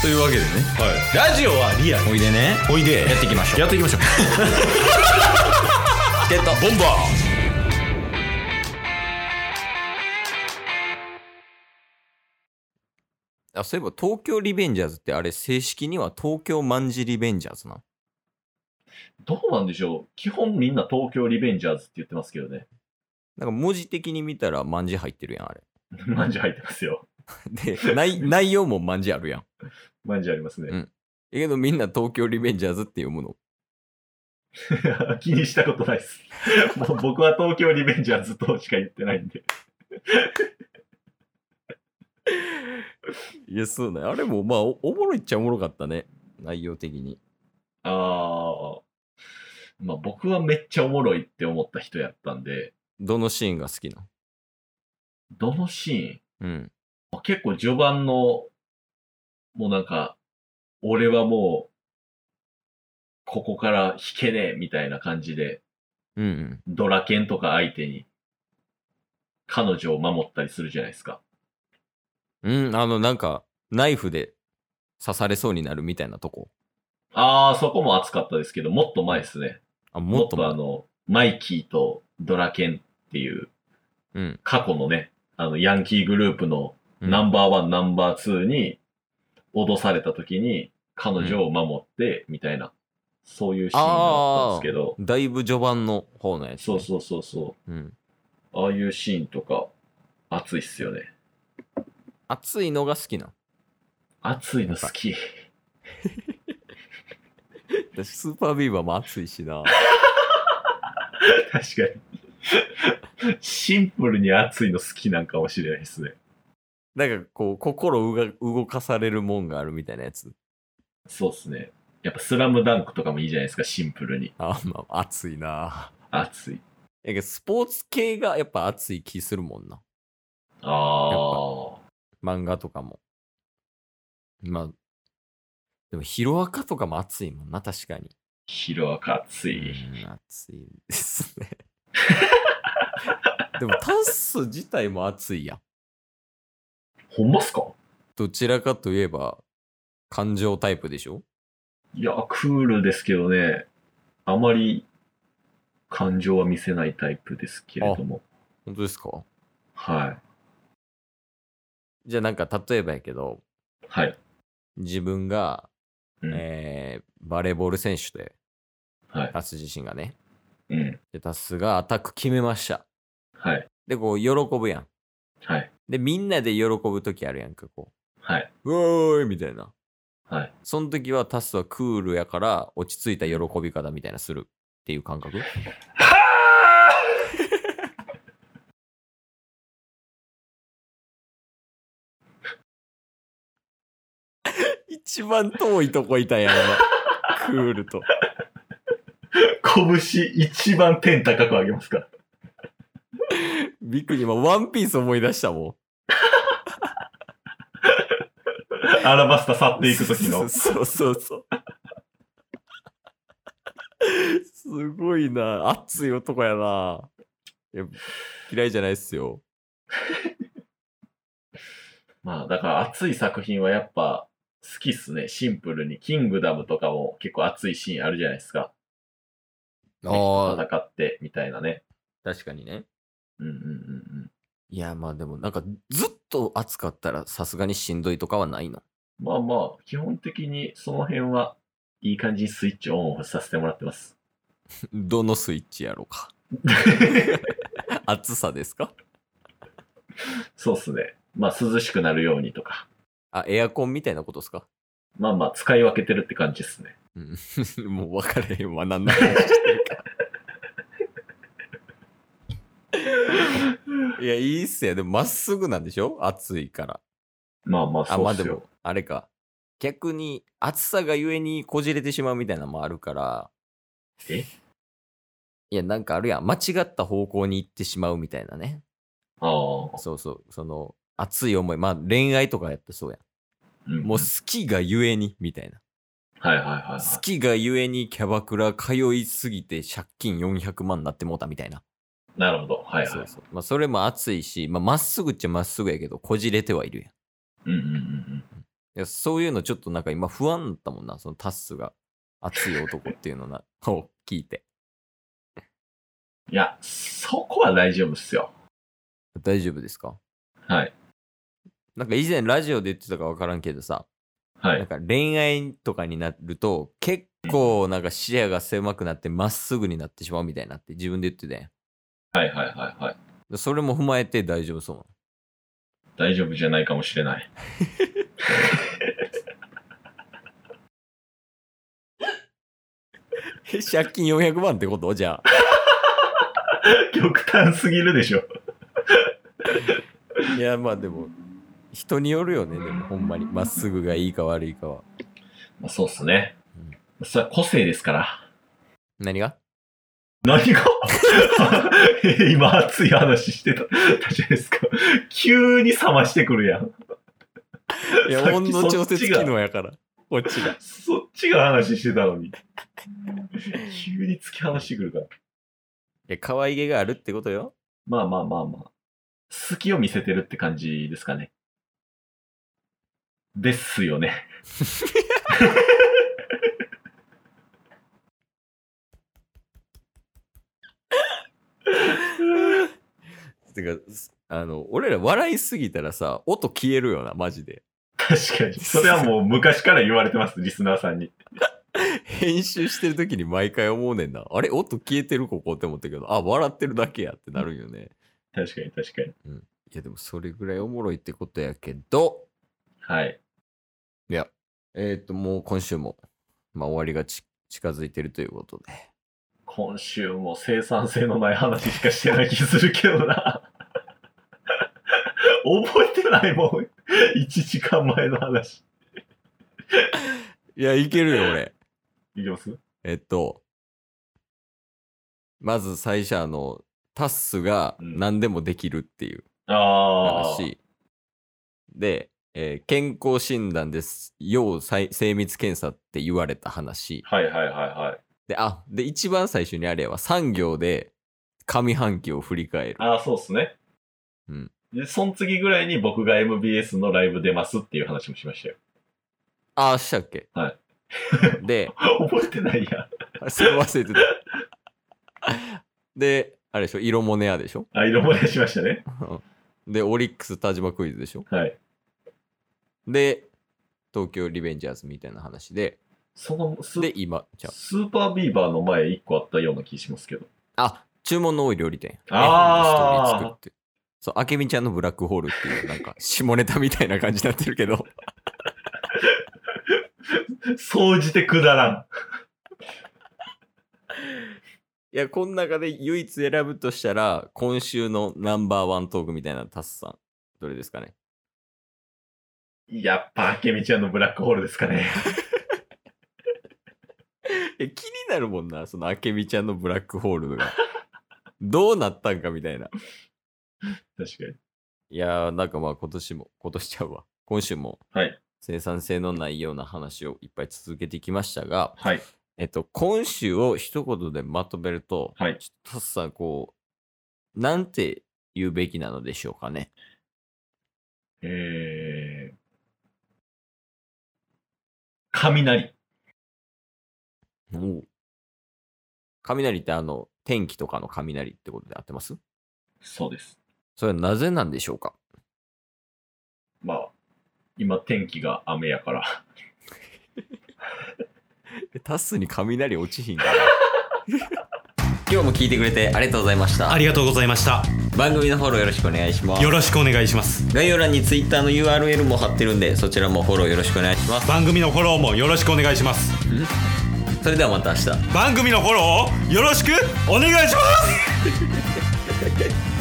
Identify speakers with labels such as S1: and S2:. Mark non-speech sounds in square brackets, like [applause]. S1: というわけでね
S2: はい、ラジオはリアル
S1: おいでね
S2: おいで
S1: やっていきましょう
S2: やっていきましょう
S1: [laughs] ゲット
S2: ボンバ
S1: あそういえば東京リベンジャーズってあれ正式には東京マンジリベンジャーズなの
S3: どうなんでしょう基本みんな東京リベンジャーズって言ってますけ [laughs] どね。
S1: なんか文字的に見たらマンジ入ってるやんあれ
S3: マンジ入ってますよ。
S1: [laughs] で内内容もマンジあるやん
S3: マンジありますね。
S1: うんえけどみんな東京リベンジャーズって読むの
S3: [laughs] 気にしたことないです。もう僕は東京リベンジャーズとしか言ってないんで。
S1: いやそうねあれもまあおおもろいっちゃおもろかったね内容的に
S3: ああ。まあ僕はめっちゃおもろいって思った人やったんで、
S1: どのシーンが好きな
S3: どのシーン
S1: のうん
S3: まあ結構序盤の、もうなんか、俺はもう、ここから引けねえみたいな感じで、
S1: うんうん
S3: ドラケンとか相手に、彼女を守ったりするじゃないですか。
S1: うん、あの、なんか、ナイフで刺されそうになるみたいなとこ。
S3: ああ、そこも熱かったですけど、もっと前ですね。
S1: あ、
S3: も
S1: も
S3: っ
S1: っ
S3: と
S1: と。
S3: あの、マイキーとドラケンっていう、
S1: うん。
S3: 過去のね、あの、ヤンキーグループの
S1: うん
S3: ナンバーワン、ナンバーツーに脅された時に、彼女を守って、みたいな、そういうシーンがあったんですけど、
S1: だいぶ序盤の方のやつ、。
S3: そうそうそうそう
S1: うん。
S3: う、ああいうシーンとか、熱いっすよね。
S1: 熱いのが好きな。
S3: 熱いの好き。
S1: 私、スーパービーバーも熱いしな。
S3: 確かに。シンプルに熱いの好きなんかもしれないですね。
S1: [laughs] なんか、こう、心うが動かされるもんがあるみたいなやつ。
S3: そうっすね。やっぱスラムダンクとかもいいじゃないですか、シンプルに。
S1: あ、まあ、熱いな。
S3: 熱い。
S1: やけどスポーツ系がやっぱ熱い気するもんな。
S3: あ
S1: 漫画とかも。まあ、でも、ヒロアカとかも熱いもんな、確かに。
S3: ー、ヒロアカ熱い。
S1: うん暑いです
S3: [laughs]
S1: ね。でもタッス自体も暑いやん。
S3: ほんまっすか
S1: どちらかといえば、感情タイプでしょ
S3: いや、クールですけどね、あまり感情は見せないタイプですけれども。
S1: 本当ですか
S3: は
S1: じゃあなんか例えばやけど、
S3: い。はい。
S1: 自分が、
S3: うん
S1: えーバレーボール選手で、
S3: はい。
S1: タス自身がね。
S3: うん。
S1: で、タスがアタック決めました。
S3: はい。
S1: で、こう、喜ぶやん。
S3: はい。
S1: で、みんなで喜ぶときあるやんか、こ
S3: はい。
S1: う。うおーいみたいな。
S3: はい。
S1: その時はタスはクールやから、落ち着いた喜び方みたいなするっていう感覚 [laughs] 一番遠いとこいたやん、 [laughs] 今クールと。
S3: 拳一番天高く上げますから。
S1: びっくり、今、ワンピース思い出したも
S3: アラバスタ去っ
S1: ん。。
S3: ていく時の
S1: そうそうそう。すごいな。熱い男やな。いや嫌いじゃないっすよ。
S3: まあ、だから熱い作品はやっぱ好きっすね。シンプルに。キングダムとかも結構熱いシーンあるじゃないですか。敵と
S1: あ、
S3: 戦って、みたいなね。
S1: 確かにね。
S3: うんうんうんうん。
S1: いや、まあでも、なんか、ずっと暑かったら、さすがにしんどいとかはないの。
S3: まあまあ、基本的にその辺はいい感じにスイッチオンオフさせてもらって
S1: [laughs]
S3: ます。
S1: どのスイッチやろうか。暑さですか
S3: そうっすね。まあ涼しくなるようにとか。
S1: あ、エアコンみたいなことですか
S3: まあまあ使い分けてるって感じですね。
S1: うんもう分かれへんわ、何の話してるか。いや、いいっすよ。でも、まっすぐなんでしょ暑いから。
S3: まあまあ
S1: あ、
S3: そ
S1: まあ
S3: うっ
S1: です
S3: よ
S1: も。、あれか。逆に、暑さがゆえにこじれてしまうみたいなのもあるから。
S3: え
S1: いや、なんかあるやん。間違った方向に行ってしまうみたいなね。
S3: あ
S1: そうそう。その、熱い思い。まあ、恋愛とかやってそうや
S3: あ。ん
S1: ん。もう、好きがゆえに、みたいな。
S3: はいはいはい、はい。
S1: 好きがゆえにキャバクラ通いすぎて借金400万になってもうたみたいな。
S3: なるほど。はいはい。
S1: そううそう。まあ、それも熱いし、まあ、まっすぐっちゃまっすぐやけど、こじれてはいるやん。
S3: んうんうんうん。
S1: いやそういうのちょっとなんか今不安だったもんな、そのタッスが熱い男っていうのな [laughs] を聞いて。
S3: いや、そこは大丈夫っすよ。
S1: 大丈夫ですか
S3: はい。
S1: なんか以前ラジオで言ってたか分からんけどさ、
S3: は
S1: なん
S3: い。
S1: か恋愛とかになると結構なんか視野が狭くなってまっすぐになってしまうみたいになって自分で言ってたや
S3: はいはいはいはい。
S1: ん。それも踏まえて大丈夫そうなの
S3: 大丈夫じゃないかもしれない。 [laughs]
S1: え借金400万ってこと [laughs] じゃあ。
S3: 極端すぎるでしょ。
S1: いやまあでも人によるよね、でもほんまに。まっすぐがいいか悪いかは。
S3: まあ、そうっすね
S1: うん。
S3: それは個性ですから。
S1: 何が
S3: 何が [laughs] 今熱い話してた。じゃないですか。急に冷ましてくるやん。
S1: いや
S3: さっき
S1: 温度調
S3: そっ
S1: 節
S3: ちが
S1: 機能やから。こっちが。
S3: そっちが話してたのに。急に突き放してくるから。
S1: いや、可愛げがあるってことよ。
S3: まあまあまあまあ。好きを見せてるって感じですかね。ですよね。 [laughs]
S1: てか、すあの、俺ら笑いすぎたらさ、音消えるよな、マジで。
S3: 確かに。それはもう昔から言われてます、リスナーさんに。
S1: 編集してる時に毎回思うねんな。あれ音消えてるここって思ったけど、あ、笑ってるだけやってなるんよね。
S3: 確かに確かに。
S1: いや、でもそれぐらいおもろいってことやけど、
S3: はい。
S1: いや、えっ、と、もう今週も、まあ終わりがち近づいてるということで。
S3: 今週も生産性のない話しかしてない気するけどな。 [laughs] 覚えてないもん。1時間前の話。
S1: いや、いけるよ、
S3: [laughs]
S1: 俺。
S3: いきます
S1: えっと、まず最初、あの、タッスが何でもできるっていう。
S3: ああ。
S1: 話で、えー健康診断です要再精密検査って言われた話
S3: はいはいはいはい。
S1: であで一番最初にあれは産業で上半期を振り返る
S3: ああ、そうっすね。
S1: うん。
S3: で、その次ぐらいに僕が MBS のライブ出ますっていう話もしましたよ。
S1: ああしたっけ、、
S3: はい
S1: [laughs] で
S3: 覚えてないや。
S1: あそれ忘れてたであれでしょ色モネアでしょ
S3: あ、色漏れしましたね。
S1: でオリックス田島クイズでしょ
S3: はい。
S1: で東京リベンジャーズみたいな話で
S3: そのス
S1: で今じゃあ
S3: スーパービーバーの前1個あったような気しますけど。 [laughs]
S1: あ、注文の多い料理店。
S3: あ
S1: 絵本
S3: ー
S1: のストーリー作って。そう、あけみちゃんのブラックホールっていう、なん [laughs] か、下ネタみたいな感じになってるけど、
S3: 総じてくだらん。
S1: いや、この中で唯一選ぶとしたら、今週のナンバーワントークみたいなタスさん、どれですか [laughs] ね。
S3: やっぱ、あけみちゃんのブラックホールですかね。 [laughs]
S1: え、気になるもんな、そのあけみちゃんのブラックホールが。どうなったんかみたいな。
S3: 確かに。
S1: いやー、なんかまあ今年も、今年ちゃうわ。今週も、
S3: はい
S1: 生産性のないような話をいっぱい続けてきましたが、
S3: はい。
S1: えっと、今週を一言でまとめると、
S3: はい
S1: ちょっとタスさん、こう、なんて言うべきなのでしょうかね。
S3: えー。雷。
S1: 雷ってあの、天気とかの雷ってことで合ってます
S3: そうです。
S1: それはなぜなんでしょうか
S3: まあ、今天気が雨やから。
S1: タスに雷落ちひん [laughs]
S3: [laughs]
S1: から。今日も聞いてくれてありがとうございました
S2: あ。りがとうございました。
S1: 番組のフォローよろしくお願いします
S2: よ。ろしくお願いします。
S1: 概要欄に Twitter の URL も貼ってるんで、そちらもフォローよろしくお願いします。
S2: 番組のフォローもよろしくお願いします。
S1: それではまた明日。
S2: 番組のフォローをよろしくお願いします